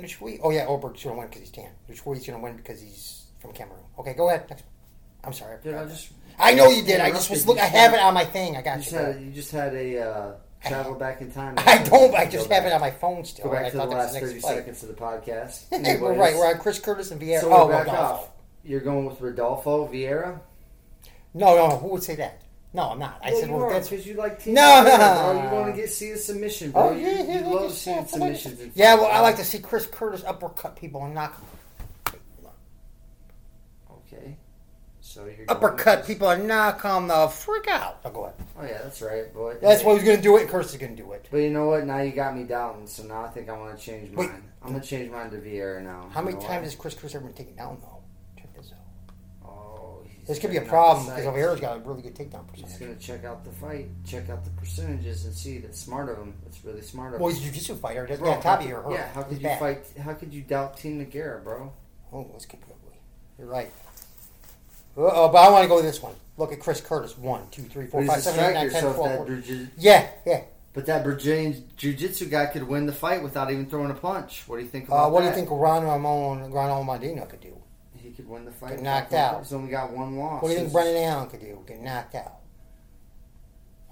Speaker 1: Nishwi? Oh, yeah, Orberg's going to win because he's tan. Nishwi's going to win because he's from Cameroon. Okay, go ahead. Next. I'm sorry. I,
Speaker 2: Dude, I
Speaker 1: forgot.
Speaker 2: just
Speaker 1: I know you did. I just was
Speaker 2: Interrupted.
Speaker 1: look. I
Speaker 2: You
Speaker 1: have
Speaker 2: said-
Speaker 1: it on my thing. I
Speaker 2: you
Speaker 1: got
Speaker 2: just
Speaker 1: you.
Speaker 2: had you just had a uh, travel back in time.
Speaker 1: I don't. I just
Speaker 2: Go
Speaker 1: have it
Speaker 2: back-
Speaker 1: on my phone still.
Speaker 2: Go back
Speaker 1: I
Speaker 2: to the
Speaker 1: thought that was
Speaker 2: last
Speaker 1: the
Speaker 2: thirty
Speaker 1: next fight.
Speaker 2: seconds of the podcast.
Speaker 1: Hey, <laughs> we're
Speaker 2: Anyways,
Speaker 1: right. We're on Chris Curtis and Vieira.
Speaker 2: so
Speaker 1: oh,
Speaker 2: we're back
Speaker 1: Rodolfo.
Speaker 2: off. You're going with Rodolfo Vieira.
Speaker 1: No, no, no. Who would say that? No, I'm not. I
Speaker 2: Well,
Speaker 1: said,
Speaker 2: you
Speaker 1: well,
Speaker 2: are,
Speaker 1: that's.
Speaker 2: because you like team.
Speaker 1: No.
Speaker 2: player, bro. you want to get see a submission, bro.
Speaker 1: Oh,
Speaker 2: You-
Speaker 1: yeah,
Speaker 2: you,
Speaker 1: yeah,
Speaker 2: love
Speaker 1: yeah,
Speaker 2: seeing
Speaker 1: yeah,
Speaker 2: submissions. in
Speaker 1: Yeah,
Speaker 2: fights,
Speaker 1: well, I
Speaker 2: bro.
Speaker 1: like to see Chris Curtis uppercut people and knock
Speaker 2: Okay, so you're
Speaker 1: uppercut people and knock them the freak out. Oh, go ahead.
Speaker 2: Going, oh yeah, that's right, boy.
Speaker 1: That's why he's going to do it. and Curtis is going to do it.
Speaker 2: But you know what? Now you got me doubting. So now I think I want to change
Speaker 1: Wait.
Speaker 2: mine. I'm gonna change mine to Vieira now.
Speaker 1: How
Speaker 2: You
Speaker 1: many
Speaker 2: know
Speaker 1: times
Speaker 2: what?
Speaker 1: has Chris Chris ever been taken down though? Check this out.
Speaker 2: Oh, he's
Speaker 1: This could be a
Speaker 2: checking out
Speaker 1: problem
Speaker 2: the
Speaker 1: because
Speaker 2: sites.
Speaker 1: Oliveira's got a really good takedown
Speaker 2: He's
Speaker 1: percentage.
Speaker 2: gonna check out the fight, check out the percentages, and see that's smart of him. That's really smart of
Speaker 1: Well,
Speaker 2: him.
Speaker 1: he's a jiu-jitsu fighter. He doesn't
Speaker 2: Bro,
Speaker 1: have top
Speaker 2: how-
Speaker 1: of your hurt.
Speaker 2: yeah, how could
Speaker 1: He's
Speaker 2: you
Speaker 1: bad.
Speaker 2: fight? How could you doubt Team Nogueira, bro?
Speaker 1: Oh, this could be ugly. You're right. Uh-oh, but I want to go with this one. Look at Chris Curtis. One, two, three,
Speaker 2: But
Speaker 1: four,
Speaker 2: he's
Speaker 1: five,
Speaker 2: a
Speaker 1: seven, eight, nine,
Speaker 2: striker,
Speaker 1: ten,
Speaker 2: so if
Speaker 1: twelve,
Speaker 2: that
Speaker 1: fourteen.
Speaker 2: Brazil-
Speaker 1: Yeah, yeah.
Speaker 2: But that Brazilian jiu-jitsu guy could win the fight without even throwing a punch. What do you think
Speaker 1: Uh,
Speaker 2: about
Speaker 1: what do you
Speaker 2: that?
Speaker 1: think Ron Ramon, Ron Mondino could do?
Speaker 2: He could win the fight.
Speaker 1: Get
Speaker 2: without
Speaker 1: knocked
Speaker 2: throwing a
Speaker 1: out.
Speaker 2: punch. He's only got one loss.
Speaker 1: What do you think
Speaker 2: He's-
Speaker 1: Brendan Allen could do? Get knocked out.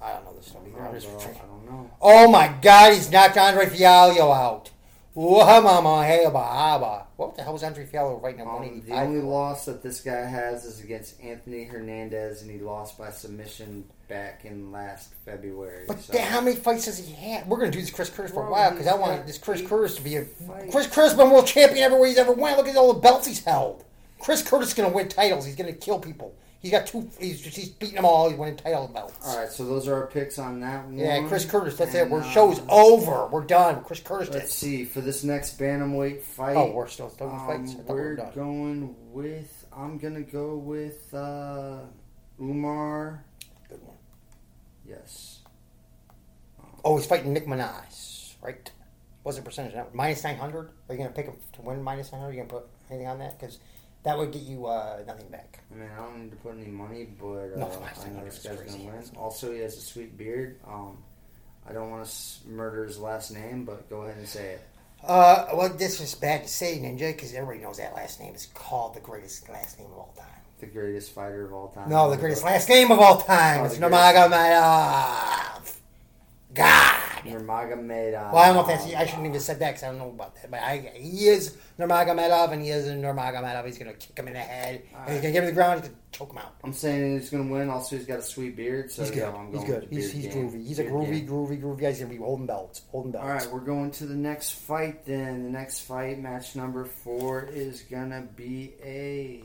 Speaker 1: I don't know this stuff
Speaker 2: I don't
Speaker 1: either.
Speaker 2: know,
Speaker 1: I'm just
Speaker 2: bro. I don't know.
Speaker 1: Oh my God, he's knocked Andre Fiallo out. Whoa, mama, hey, ba, ah, ba. What the hell was Andre Fiallo right now?
Speaker 2: Um, the
Speaker 1: 185?
Speaker 2: only loss that this guy has is against Anthony Hernandez, and he lost by submission back in last February.
Speaker 1: but
Speaker 2: so-
Speaker 1: then how many fights has he had? We're gonna do this Chris Curtis for a
Speaker 2: Bro,
Speaker 1: while because I
Speaker 2: uh, he's
Speaker 1: want
Speaker 2: got
Speaker 1: this Chris
Speaker 2: eight
Speaker 1: Curtis to be a
Speaker 2: fights.
Speaker 1: Chris Curtis been world champion everywhere he's ever went. Look at all the belts he's held. Chris Curtis is gonna win titles. He's gonna kill people. He's got two. He's, he's beating them all. He's winning title belts.
Speaker 2: All right, so those are our picks on that one.
Speaker 1: Yeah, Chris Curtis. That's it.
Speaker 2: And,
Speaker 1: We're
Speaker 2: uh,
Speaker 1: show's over. We're done. Chris Curtis. Did.
Speaker 2: Let's see for this next bantamweight fight.
Speaker 1: Oh, we're still still
Speaker 2: um,
Speaker 1: fights. I thought we
Speaker 2: we're
Speaker 1: were done.
Speaker 2: going with. I'm gonna go with uh, Umar.
Speaker 1: Good one.
Speaker 2: Yes.
Speaker 1: Oh, he's fighting Nick Minaj, right? What's the percentage? Now? Minus 900? Are you going to pick him to win minus 900? Are you going to put anything on that? Because That would get you uh, nothing back.
Speaker 2: I mean, I don't need to put any money, but uh,
Speaker 1: No, it's
Speaker 2: I know
Speaker 1: not
Speaker 2: this
Speaker 1: gonna
Speaker 2: guy's
Speaker 1: be
Speaker 2: gonna
Speaker 1: crazy.
Speaker 2: win. Also, he has a sweet beard. Um, I don't want to s- murder his last name, but go ahead and say it.
Speaker 1: Uh, well, this is bad to say, Ninja, because everybody knows that last name is called the greatest last name of all time.
Speaker 2: The greatest fighter of all time.
Speaker 1: No, the greatest last name of all time
Speaker 2: Oh,
Speaker 1: is
Speaker 2: the greatest.
Speaker 1: Nurmagomedov. God.
Speaker 2: Nurmagomedov.
Speaker 1: Well, I don't know if that's. I shouldn't even said that because I don't know about that. But I, he is Nurmagomedov, and he is a Nurmagomedov. He's gonna kick him in the head, and he's gonna get him to the ground, he's gonna choke him out.
Speaker 2: I'm saying he's gonna win. Also, he's got a sweet beard, so
Speaker 1: He's
Speaker 2: yeah,
Speaker 1: good.
Speaker 2: I'm
Speaker 1: He's
Speaker 2: going
Speaker 1: good.
Speaker 2: with the
Speaker 1: He's,
Speaker 2: beard
Speaker 1: he's
Speaker 2: game.
Speaker 1: groovy. He's a
Speaker 2: Beard
Speaker 1: groovy,
Speaker 2: game.
Speaker 1: groovy, groovy guy. He's gonna be holding belts, holding belts.
Speaker 2: All right, we're going to the next fight. Then the next fight, match number four, is gonna be a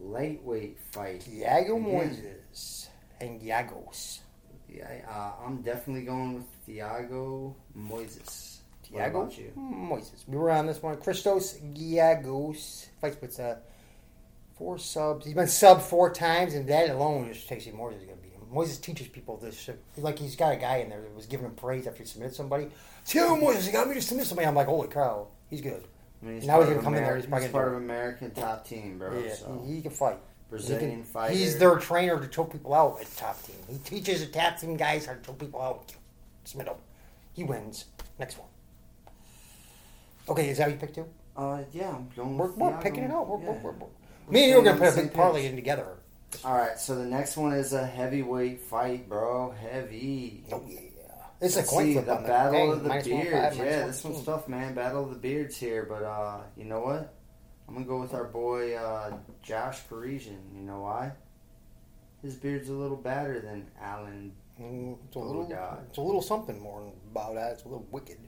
Speaker 2: lightweight fight.
Speaker 1: Diego
Speaker 2: Again.
Speaker 1: Moises and Yagos.
Speaker 2: Yeah, I- uh, I'm definitely going with Thiago Moises. What
Speaker 1: Thiago
Speaker 2: about you?
Speaker 1: Moises. We were on this one. Christos Giagos fights with uh, four subs. He's been sub four times, and that alone just takes you Moises is going to beat him. Moises teaches people this shit. Like, he's got a guy in there that was giving him praise after he submitted somebody. Tell Moises, he got me to submit somebody. I'm like, holy cow, he's good.
Speaker 2: I mean,
Speaker 1: Now he's
Speaker 2: part
Speaker 1: gonna
Speaker 2: of
Speaker 1: come in there,
Speaker 2: Ameri-
Speaker 1: he's probably
Speaker 2: he's
Speaker 1: gonna
Speaker 2: part
Speaker 1: do
Speaker 2: of American top team, bro.
Speaker 1: yeah,
Speaker 2: So
Speaker 1: he, he can fight. He
Speaker 2: Brazilian
Speaker 1: can,
Speaker 2: fighter.
Speaker 1: he's their trainer to choke people out at top team. He teaches the top team guys how to choke people out. Submit them. He wins. Next one. Okay, is that what you picked too?
Speaker 2: Uh, yeah, I'm going
Speaker 1: We're,
Speaker 2: with
Speaker 1: we're
Speaker 2: Thiago.
Speaker 1: picking it up. We're,
Speaker 2: Yeah.
Speaker 1: we're, we're, we're. Me and you are going to
Speaker 2: staying
Speaker 1: put a
Speaker 2: on
Speaker 1: big
Speaker 2: the same
Speaker 1: parlay
Speaker 2: page.
Speaker 1: in together.
Speaker 2: All right, so the next one is a heavyweight fight, bro. Heavy.
Speaker 1: Oh, yeah. It's
Speaker 2: Let's
Speaker 1: a coin
Speaker 2: see,
Speaker 1: flip
Speaker 2: the
Speaker 1: on
Speaker 2: battle
Speaker 1: Dang,
Speaker 2: of the
Speaker 1: minus
Speaker 2: beards.
Speaker 1: 105, minus
Speaker 2: yeah, this one's
Speaker 1: 115.
Speaker 2: tough, man. Battle of the beards here, but uh, you know what? I'm gonna go with our boy uh, Josh Parisian. You know why? His beard's a little badder than Alan.
Speaker 1: Mm, It's a,
Speaker 2: Oh,
Speaker 1: little,
Speaker 2: God.
Speaker 1: it's a little something more about that. It's a little wicked.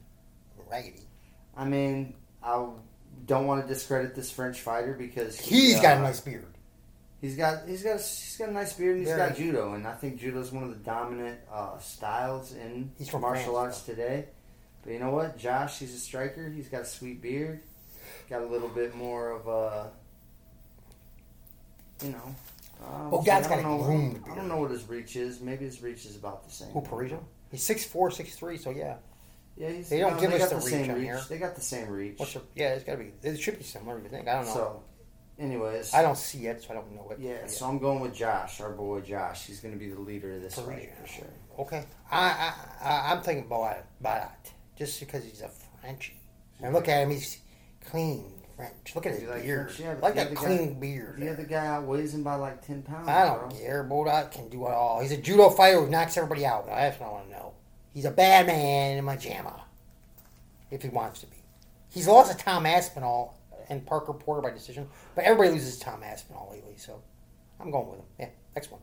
Speaker 1: Raggedy.
Speaker 2: I mean, I don't want to discredit this French fighter because he,
Speaker 1: He's
Speaker 2: uh,
Speaker 1: got a nice beard.
Speaker 2: He's got he's got he's got a nice beard and he's
Speaker 1: Very.
Speaker 2: got judo and I think judo is one of the dominant uh, styles in
Speaker 1: He's from
Speaker 2: martial
Speaker 1: France,
Speaker 2: arts today. But you know what, Josh? He's a striker. He's got a sweet beard. Got a little bit more of a, you know. Uh,
Speaker 1: Oh,
Speaker 2: see,
Speaker 1: God's
Speaker 2: I
Speaker 1: got
Speaker 2: don't
Speaker 1: a
Speaker 2: know-
Speaker 1: groomed
Speaker 2: I
Speaker 1: beard.
Speaker 2: don't know what his reach is. Maybe his reach is about the same.
Speaker 1: Who, Parisian? He's 6'4", 6'3", so yeah.
Speaker 2: Yeah, he's,
Speaker 1: They don't
Speaker 2: no,
Speaker 1: give us
Speaker 2: got
Speaker 1: the
Speaker 2: the,
Speaker 1: reach
Speaker 2: same
Speaker 1: on
Speaker 2: reach.
Speaker 1: here.
Speaker 2: They got the same reach.
Speaker 1: What's your, yeah, it's got to be. It should be similar, you think. I don't know.
Speaker 2: so, anyways,
Speaker 1: I don't see it, so I don't know it.
Speaker 2: Yeah, so I'm going with Josh, our boy Josh. He's going to be the leader of this
Speaker 1: Parisian.
Speaker 2: fight for sure.
Speaker 1: Okay. I, I, I, I'm thinking Borat, Borat, just because he's a Frenchie. And look at him, he's clean French. Look at his
Speaker 2: You like
Speaker 1: beard.
Speaker 2: French? Yeah, but
Speaker 1: like
Speaker 2: the
Speaker 1: that
Speaker 2: other guy-
Speaker 1: clean beard.
Speaker 2: The other guy outweighs him by like ten pounds.
Speaker 1: I don't
Speaker 2: bro.
Speaker 1: care. Borat can do it all. He's a judo fighter who knocks everybody out. That's what I want to know. He's a bad man in my jamma, if he wants to be. He's lost to Tom Aspinall and Parker Porter by decision, but everybody loses to Tom Aspinall lately, so I'm going with him. Yeah, next one.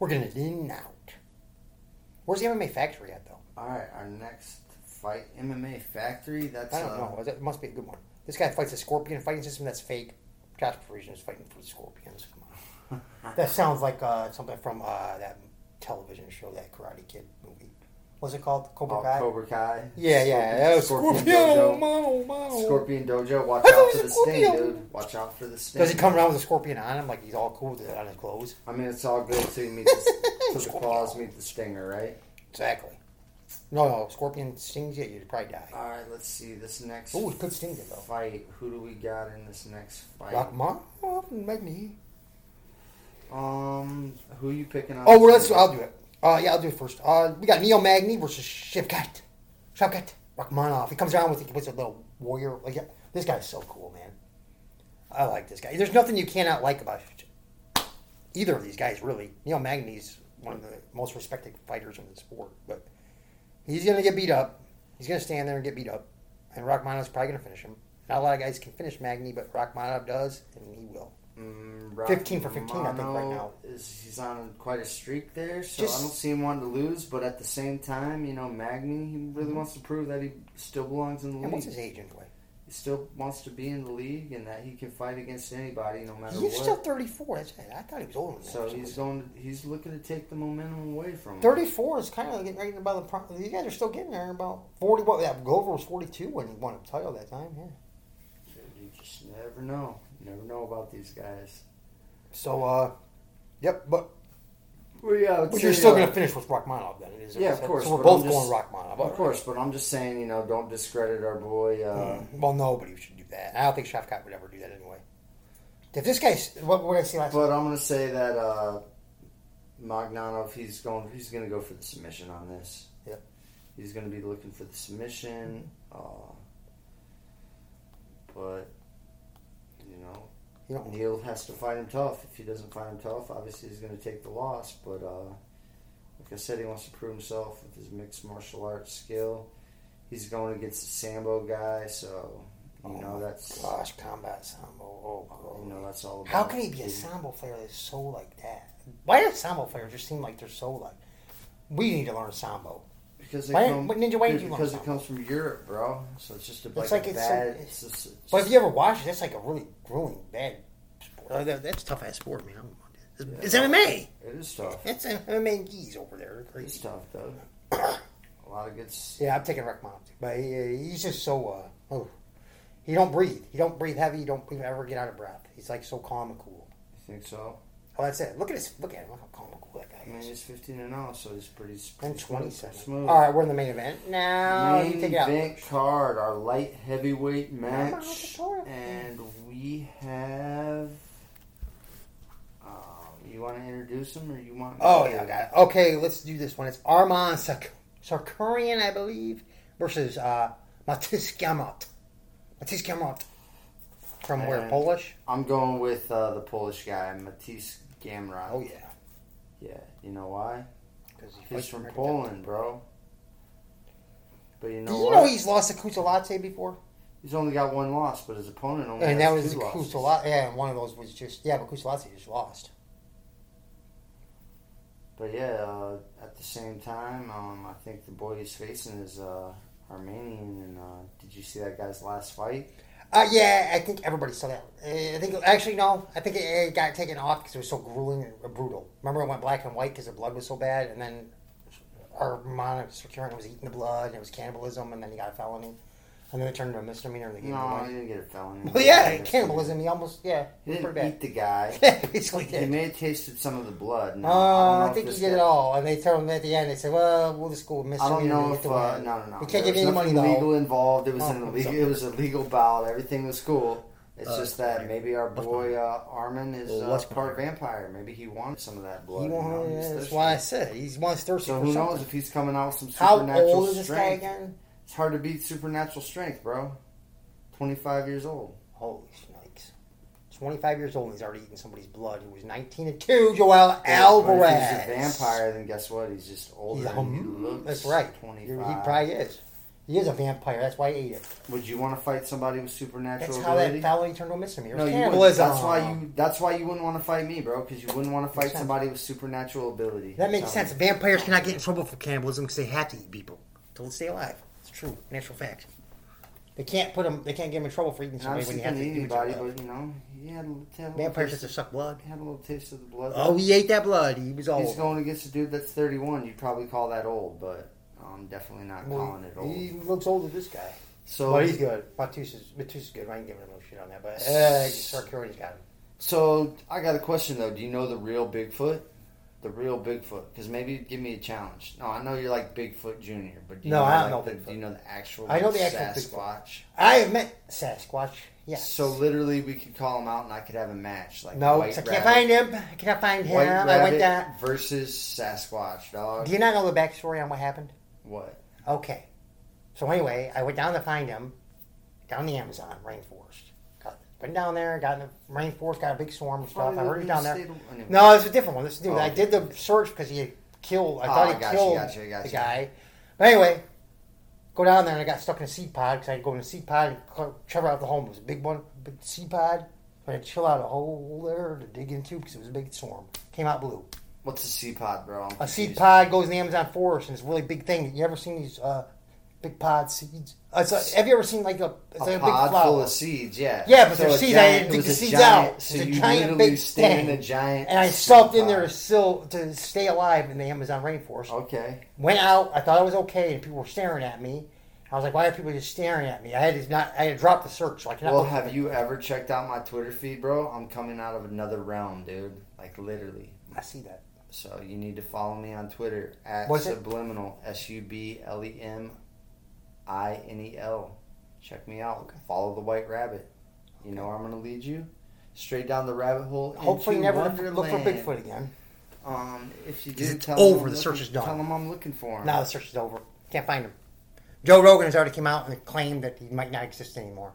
Speaker 1: We're getting it in and out. Where's the MMA factory at, though?
Speaker 2: All right, our next fight, MMA Factory. That's
Speaker 1: I don't
Speaker 2: uh,
Speaker 1: know. Is It must be a good one. This guy fights a scorpion fighting system that's fake. Josh Parisian is fighting for the scorpions. Come
Speaker 2: <laughs>
Speaker 1: on. that sounds like uh, something from uh, that television show, that Karate Kid movie. What's it called? Cobra
Speaker 2: oh,
Speaker 1: Kai?
Speaker 2: Cobra Kai.
Speaker 1: Yeah, yeah. that was
Speaker 2: Scorpion,
Speaker 1: Scorpion, oh,
Speaker 2: Dojo.
Speaker 1: mano, mano.
Speaker 2: Scorpion Dojo. Watch
Speaker 1: I thought
Speaker 2: out
Speaker 1: it
Speaker 2: for the
Speaker 1: was
Speaker 2: sting,
Speaker 1: Scorpio.
Speaker 2: dude. Watch
Speaker 1: <laughs>
Speaker 2: out for the sting.
Speaker 1: Does he come around with a scorpion on him? Like he's all cool with it on his clothes?
Speaker 2: I mean, it's all good to
Speaker 1: <laughs>
Speaker 2: meet the, to the claws, meet the stinger, right?
Speaker 1: Exactly. No, no. Scorpion stings you, you'd probably die.
Speaker 2: All right, let's see this next
Speaker 1: Ooh, it could sting you, though.
Speaker 2: fight. Who do we got in this next fight?
Speaker 1: Like, mom, make me.
Speaker 2: Um, who you picking up?
Speaker 1: Oh, well, let's. I'll do it. Uh, yeah, I'll do it first. Uh, we got Neil Magny versus Shivkat. Shavkat Rachmanov. He comes around with he puts a little warrior. Like yeah, this guy's so cool, man. I like this guy. There's nothing you cannot like about Sh- either of these guys, really. Neil Magny's one of the most respected fighters in the sport, but he's gonna get beat up. He's gonna stand there and get beat up, and Rachmanov's probably gonna finish him. Not a lot of guys can finish Magny, but Rachmanov does, and he will.
Speaker 2: Mm,
Speaker 1: 15 for 15, I think, right
Speaker 2: Romano
Speaker 1: now.
Speaker 2: Is, he's on quite a streak there, so
Speaker 1: Just-
Speaker 2: I don't see him wanting to lose. But at the same time, you know, Magny, he really wants to prove that he still belongs in the
Speaker 1: Mhm. And
Speaker 2: league.
Speaker 1: what's his age anyway?
Speaker 2: He still wants to be in the league and that he can fight against anybody, no matter
Speaker 1: He's
Speaker 2: what.
Speaker 1: still 34. That's it. I thought he was older than that.
Speaker 2: so he's going. To, he's looking to take the momentum away from him.
Speaker 1: 34 is kind of getting right about the problem. These guys are still getting there about 40. What, yeah, Glover was 42 when he won a title that time. Yeah.
Speaker 2: You just never know. You never know about these guys.
Speaker 1: So, uh, yep, but,
Speaker 2: Well, yeah, I would
Speaker 1: but you're
Speaker 2: say,
Speaker 1: still
Speaker 2: uh,
Speaker 1: going to finish with Rachmanov then. Is
Speaker 2: Yeah, of course,
Speaker 1: So we're
Speaker 2: but
Speaker 1: both
Speaker 2: I'm just-
Speaker 1: going Rachmanov.
Speaker 2: Of course, but I'm just saying, you know, don't discredit our boy. Uh,
Speaker 1: Mm. Well, nobody should do that. I don't think Shafkat would ever do that anyway. If this guy's what, what did I see last?
Speaker 2: But I'm gonna say that uh, Magnanov, he's going, he's gonna go for the submission on this.
Speaker 1: Yep.
Speaker 2: He's gonna be looking for the submission. Uh, but you know,
Speaker 1: You know,
Speaker 2: Neil has to fight him tough. If he doesn't fight him tough, obviously he's gonna take the loss. But uh, like I said, he wants to prove himself with his mixed martial arts skill. He's going against a sambo guy, so you
Speaker 1: Oh
Speaker 2: know
Speaker 1: my
Speaker 2: that's
Speaker 1: gosh, combat sambo. Oh,
Speaker 2: you know that's all. About
Speaker 1: How can he be a
Speaker 2: the-
Speaker 1: sambo player that's so like that? Why do sambo players just seem like they're so like? We need to learn sambo.
Speaker 2: Because they
Speaker 1: Why-
Speaker 2: come,
Speaker 1: what ninja way
Speaker 2: dude,
Speaker 1: do you want
Speaker 2: Because
Speaker 1: from?
Speaker 2: it comes from Europe, bro. So it's just a, like,
Speaker 1: like
Speaker 2: a
Speaker 1: it's
Speaker 2: bad.
Speaker 1: so-
Speaker 2: it's just, it's
Speaker 1: But
Speaker 2: just-
Speaker 1: if you ever watch it, that's like a really grueling, bad sport. Uh, that- that's a tough ass sport, man. I don't want to do it. It's MMA.
Speaker 2: it is tough.
Speaker 1: That's MMA geese over there. They're
Speaker 2: It's
Speaker 1: crazy.
Speaker 2: tough, though. A lot of good. s-
Speaker 1: Yeah, I'm taking Rec Mom, but he, he's just so. Uh, oh, he don't breathe. He don't breathe heavy. He don't even ever get out of breath. He's like so calm and cool.
Speaker 2: You think so?
Speaker 1: Oh, that's it. Look at his. Look at him. Look how calm and cool that
Speaker 2: I
Speaker 1: guy
Speaker 2: mean,
Speaker 1: is.
Speaker 2: he's 15 and 0, so he's pretty, s-
Speaker 1: And
Speaker 2: pretty smooth.
Speaker 1: 27.
Speaker 2: smooth.
Speaker 1: All right, we're in the main event now.
Speaker 2: Main
Speaker 1: you take it out.
Speaker 2: event card, our light heavyweight
Speaker 1: out of
Speaker 2: match,
Speaker 1: the toilet.
Speaker 2: and we have. Um, you want to introduce him, or you want?
Speaker 1: Oh yeah, I got it. Okay, let's do this one. It's Armand Sark- Sarkurian, I believe, versus uh, Matys Gamot. Matys Gamot from where?
Speaker 2: And-
Speaker 1: Polish.
Speaker 2: I'm going with uh, the Polish guy, Matisse Gamrot.
Speaker 1: Oh yeah,
Speaker 2: Yeah, you know why?
Speaker 1: 'Cause he
Speaker 2: He's
Speaker 1: fights
Speaker 2: from
Speaker 1: American.
Speaker 2: Poland, bro. But you
Speaker 1: Did
Speaker 2: know
Speaker 1: you
Speaker 2: what?
Speaker 1: know he's lost to Kutalate before?
Speaker 2: he's only got one loss, but his opponent only
Speaker 1: and
Speaker 2: has
Speaker 1: that was
Speaker 2: two losses.
Speaker 1: Kutalate. Yeah, and one of those was just yeah, but Kutalate just lost.
Speaker 2: But yeah, uh, at the same time, um, I think the boy he's facing is uh, Armenian. And uh, did you see that guy's last fight?
Speaker 1: Uh, yeah, I think everybody saw that. Uh, I think actually no, I think it, it got taken off because it was so grueling and brutal. Remember, it went black and white because the blood was so bad, and then our monitor Karen was eating the blood, and it was cannibalism, and then he got a felony, and then it turned into a misdemeanor. And they gave him
Speaker 2: No, he
Speaker 1: away.
Speaker 2: didn't get a felony.
Speaker 1: <laughs> Well,
Speaker 2: <laughs>
Speaker 1: yeah, cannibalism. He almost yeah,
Speaker 2: He
Speaker 1: pretty
Speaker 2: didn't
Speaker 1: bad.
Speaker 2: eat the guy.
Speaker 1: <laughs> Yeah, basically
Speaker 2: He
Speaker 1: did.
Speaker 2: may have tasted some of the blood. No,
Speaker 1: Uh, I,
Speaker 2: don't know if
Speaker 1: think he
Speaker 2: this
Speaker 1: did
Speaker 2: guy-
Speaker 1: it all, and they told him at the end. They said, "Well, we'll just go with
Speaker 2: I
Speaker 1: misdemeanor."
Speaker 2: don't know
Speaker 1: and
Speaker 2: if
Speaker 1: get the
Speaker 2: uh,
Speaker 1: win."
Speaker 2: no no no.
Speaker 1: We can't
Speaker 2: There
Speaker 1: give you any
Speaker 2: was
Speaker 1: money
Speaker 2: nothing
Speaker 1: though.
Speaker 2: legal involved. It was
Speaker 1: Oh,
Speaker 2: an
Speaker 1: I'm
Speaker 2: illegal.
Speaker 1: sorry.
Speaker 2: It was a legal ballot. Everything was cool. It's
Speaker 1: Uh,
Speaker 2: just that maybe our
Speaker 1: what's
Speaker 2: boy uh, Armin is
Speaker 1: Well,
Speaker 2: uh,
Speaker 1: what's
Speaker 2: part vampire. Maybe he wanted some of that blood.
Speaker 1: He
Speaker 2: you know,
Speaker 1: won't,
Speaker 2: he's
Speaker 1: that's
Speaker 2: thirsty.
Speaker 1: why I said he's wants thirsty
Speaker 2: So
Speaker 1: for
Speaker 2: who
Speaker 1: something.
Speaker 2: knows if he's coming out with some
Speaker 1: How
Speaker 2: supernatural
Speaker 1: old is this guy
Speaker 2: strength?
Speaker 1: again?
Speaker 2: It's hard to beat supernatural strength, bro. Twenty-five years old.
Speaker 1: Holy snakes. 25 years old and he's already eating somebody's blood. He was 19 and 2, Joel Alvarez.
Speaker 2: But if he's a vampire, then guess what? He's just older.
Speaker 1: He's a,
Speaker 2: and he looks
Speaker 1: that's right. He
Speaker 2: Twenty-five.
Speaker 1: probably is. He is a vampire. That's why he ate it.
Speaker 2: Would you want to fight somebody with supernatural
Speaker 1: That's how
Speaker 2: ability?
Speaker 1: that felony turned to a misdemeanor.
Speaker 2: No,
Speaker 1: It's
Speaker 2: you wouldn't.
Speaker 1: cannibalism.
Speaker 2: That's why you. That's why you wouldn't want to fight me, bro. Because you wouldn't want to fight
Speaker 1: sense.
Speaker 2: somebody with supernatural ability.
Speaker 1: That makes
Speaker 2: Tell
Speaker 1: sense.
Speaker 2: me.
Speaker 1: Vampires cannot get in trouble for cannibalism because they have to eat people to stay alive. It's true. Natural fact. They can't put them. They can't get them in trouble for eating
Speaker 2: And
Speaker 1: somebody
Speaker 2: I was
Speaker 1: when you have
Speaker 2: thinking
Speaker 1: to eat
Speaker 2: eat anybody,
Speaker 1: blood.
Speaker 2: but you know, he had a little, had a little
Speaker 1: Vampires
Speaker 2: taste,
Speaker 1: just suck blood.
Speaker 2: had a little taste of the blood.
Speaker 1: Oh, he ate that blood. He was all.
Speaker 2: he's going against a dude that's 31. You'd probably call that old, but I'm definitely not
Speaker 1: Well,
Speaker 2: calling it old.
Speaker 1: He looks older than this guy.
Speaker 2: so
Speaker 1: but he's good. Matus is Matus is good. I ain't giving him no shit on that. But uh, Sarkurian's got him.
Speaker 2: So I got a question though. Do you know the real Bigfoot? The real Bigfoot? Because maybe you'd give me a challenge. No, I know you're like Bigfoot Junior, but do you
Speaker 1: No,
Speaker 2: know,
Speaker 1: I don't
Speaker 2: like,
Speaker 1: know
Speaker 2: the-
Speaker 1: Bigfoot.
Speaker 2: Do you know the actual?
Speaker 1: I know the actual Bigfoot.
Speaker 2: Sasquatch.
Speaker 1: I have met Sasquatch. Yes.
Speaker 2: So literally, we could call him out, and I could have a match. Like
Speaker 1: no,
Speaker 2: White
Speaker 1: 'cause I
Speaker 2: Rabbit,
Speaker 1: can't find him. I cannot find him.
Speaker 2: White
Speaker 1: I
Speaker 2: Rabbit
Speaker 1: went down.
Speaker 2: versus Sasquatch dog.
Speaker 1: Do you not know the backstory on what happened?
Speaker 2: What?
Speaker 1: Okay. So anyway, I went down to find him down the Amazon rainforest. Got, went down there, got in the rainforest, got a big storm and stuff. I heard he was down there. No, it's a different one. This dude,
Speaker 2: Oh,
Speaker 1: I did the search because he had killed. I thought
Speaker 2: Oh,
Speaker 1: he
Speaker 2: gotcha,
Speaker 1: killed
Speaker 2: gotcha, gotcha.
Speaker 1: the guy. But anyway, go down there and I got stuck in a seed pod because I had to go in a seed pod and cl- cover out the home. It was a big one, big seed pod. I had to chill out a hole there to dig into because it was a big storm. Came out blue.
Speaker 2: What's a sea pod, bro? I'm
Speaker 1: A seed
Speaker 2: confused.
Speaker 1: pod goes in the Amazon forest and it's a really big thing. You ever seen these uh, big pod seeds? Uh, it's a- have you ever seen like a, it's
Speaker 2: A
Speaker 1: like a big
Speaker 2: pod full
Speaker 1: flower?
Speaker 2: of seeds, yeah.
Speaker 1: Yeah, but there's
Speaker 2: a
Speaker 1: seeds. I
Speaker 2: giant-
Speaker 1: didn't
Speaker 2: it
Speaker 1: dig
Speaker 2: was
Speaker 1: the
Speaker 2: a
Speaker 1: seeds
Speaker 2: giant-
Speaker 1: out. It's
Speaker 2: So
Speaker 1: a
Speaker 2: you
Speaker 1: giant
Speaker 2: literally
Speaker 1: big
Speaker 2: stay in
Speaker 1: thing.
Speaker 2: a giant.
Speaker 1: And I
Speaker 2: seed
Speaker 1: stopped in there to
Speaker 2: pod.
Speaker 1: still to stay alive in the Amazon rainforest.
Speaker 2: Okay.
Speaker 1: Went out. I thought I was okay, and people were staring at me. I was like, "Why are people just staring at me?" I had to not. I had to drop the search. So I cannot.
Speaker 2: Well,
Speaker 1: look at
Speaker 2: have
Speaker 1: it.
Speaker 2: you ever checked out my Twitter feed, bro? I'm coming out of another realm, dude. Like literally.
Speaker 1: I see that.
Speaker 2: So you need to follow me on Twitter at
Speaker 1: What's it?
Speaker 2: subliminal s u b l e m i n e l. Check me out. Follow the White Rabbit. You know where I'm going to lead you. straight down the rabbit hole.
Speaker 1: Hopefully,
Speaker 2: into
Speaker 1: never
Speaker 2: Wonderland.
Speaker 1: look for Bigfoot again.
Speaker 2: Um, if you
Speaker 1: 'Cause
Speaker 2: do,
Speaker 1: it's
Speaker 2: tell
Speaker 1: over,
Speaker 2: Them I'm
Speaker 1: the
Speaker 2: looking-
Speaker 1: search is done.
Speaker 2: Tell them I'm looking for him.
Speaker 1: Now the search is over. Can't find him. Joe Rogan has already come out and claimed that he might not exist anymore.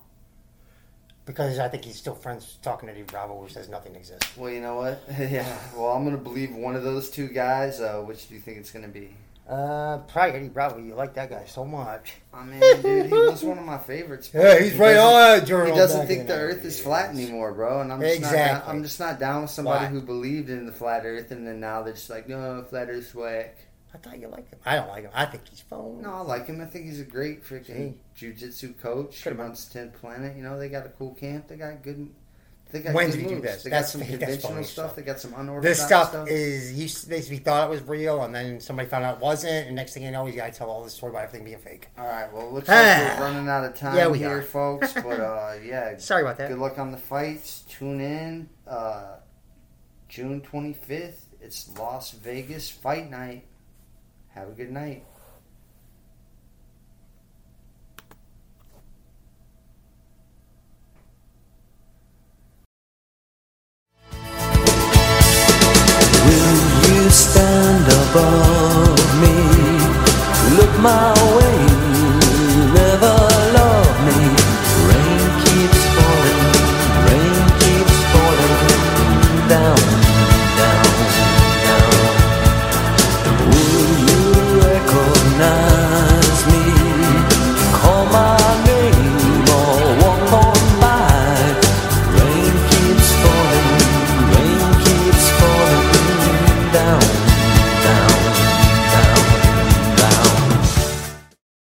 Speaker 1: Because I think he's still friends talking to Eddie Bravo, who says nothing exists.
Speaker 2: Well, you know what? <laughs> yeah. Well, I'm gonna believe one of those two guys. Uh, which do you think it's gonna be?
Speaker 1: Uh, probably Eddie Bravo. You like that guy so much.
Speaker 2: I mean, dude, he was one of my favorites. but
Speaker 1: Yeah, he's
Speaker 2: he
Speaker 1: right
Speaker 2: doesn't-
Speaker 1: on that journal.
Speaker 2: He doesn't
Speaker 1: back
Speaker 2: think
Speaker 1: in
Speaker 2: the Earth is flat anymore, bro. And I'm just not.
Speaker 1: Exactly.
Speaker 2: down- I'm just not down with somebody
Speaker 1: Why?
Speaker 2: who believed in the flat Earth, and then now they're just like, no, flat Earth's whack.
Speaker 1: I thought you liked him. I don't like him. I think he's phone.
Speaker 2: No, I like him. I think he's a great freaking jujitsu coach.
Speaker 1: Could've
Speaker 2: he runs Tenth Planet. You know, they got a cool camp. They got good. They got
Speaker 1: When
Speaker 2: good
Speaker 1: did you do
Speaker 2: moves.
Speaker 1: this?
Speaker 2: They
Speaker 1: That's-
Speaker 2: got some
Speaker 1: that's
Speaker 2: conventional
Speaker 1: funny
Speaker 2: stuff.
Speaker 1: stuff.
Speaker 2: They got some unorthodox
Speaker 1: This stuff, is used to basically thought it was real, and then somebody found out it wasn't, and next thing you know, you gotta tell all this story about everything being fake.
Speaker 2: All right. Well, it looks
Speaker 1: Ah. <sighs>
Speaker 2: like we're running out of time
Speaker 1: Yeah, we
Speaker 2: here,
Speaker 1: are. <laughs>
Speaker 2: folks. But uh, yeah,
Speaker 1: Sorry about that.
Speaker 2: good luck on the fights. Tune in uh, June 25th. It's Las Vegas fight night. Have a good night.
Speaker 3: Will you stand above me? Look my way, you never love me. Rain keeps falling, rain keeps falling down, down, down. Will you recognize me? Call my name or walk on by. Rain keeps falling, rain keeps falling down.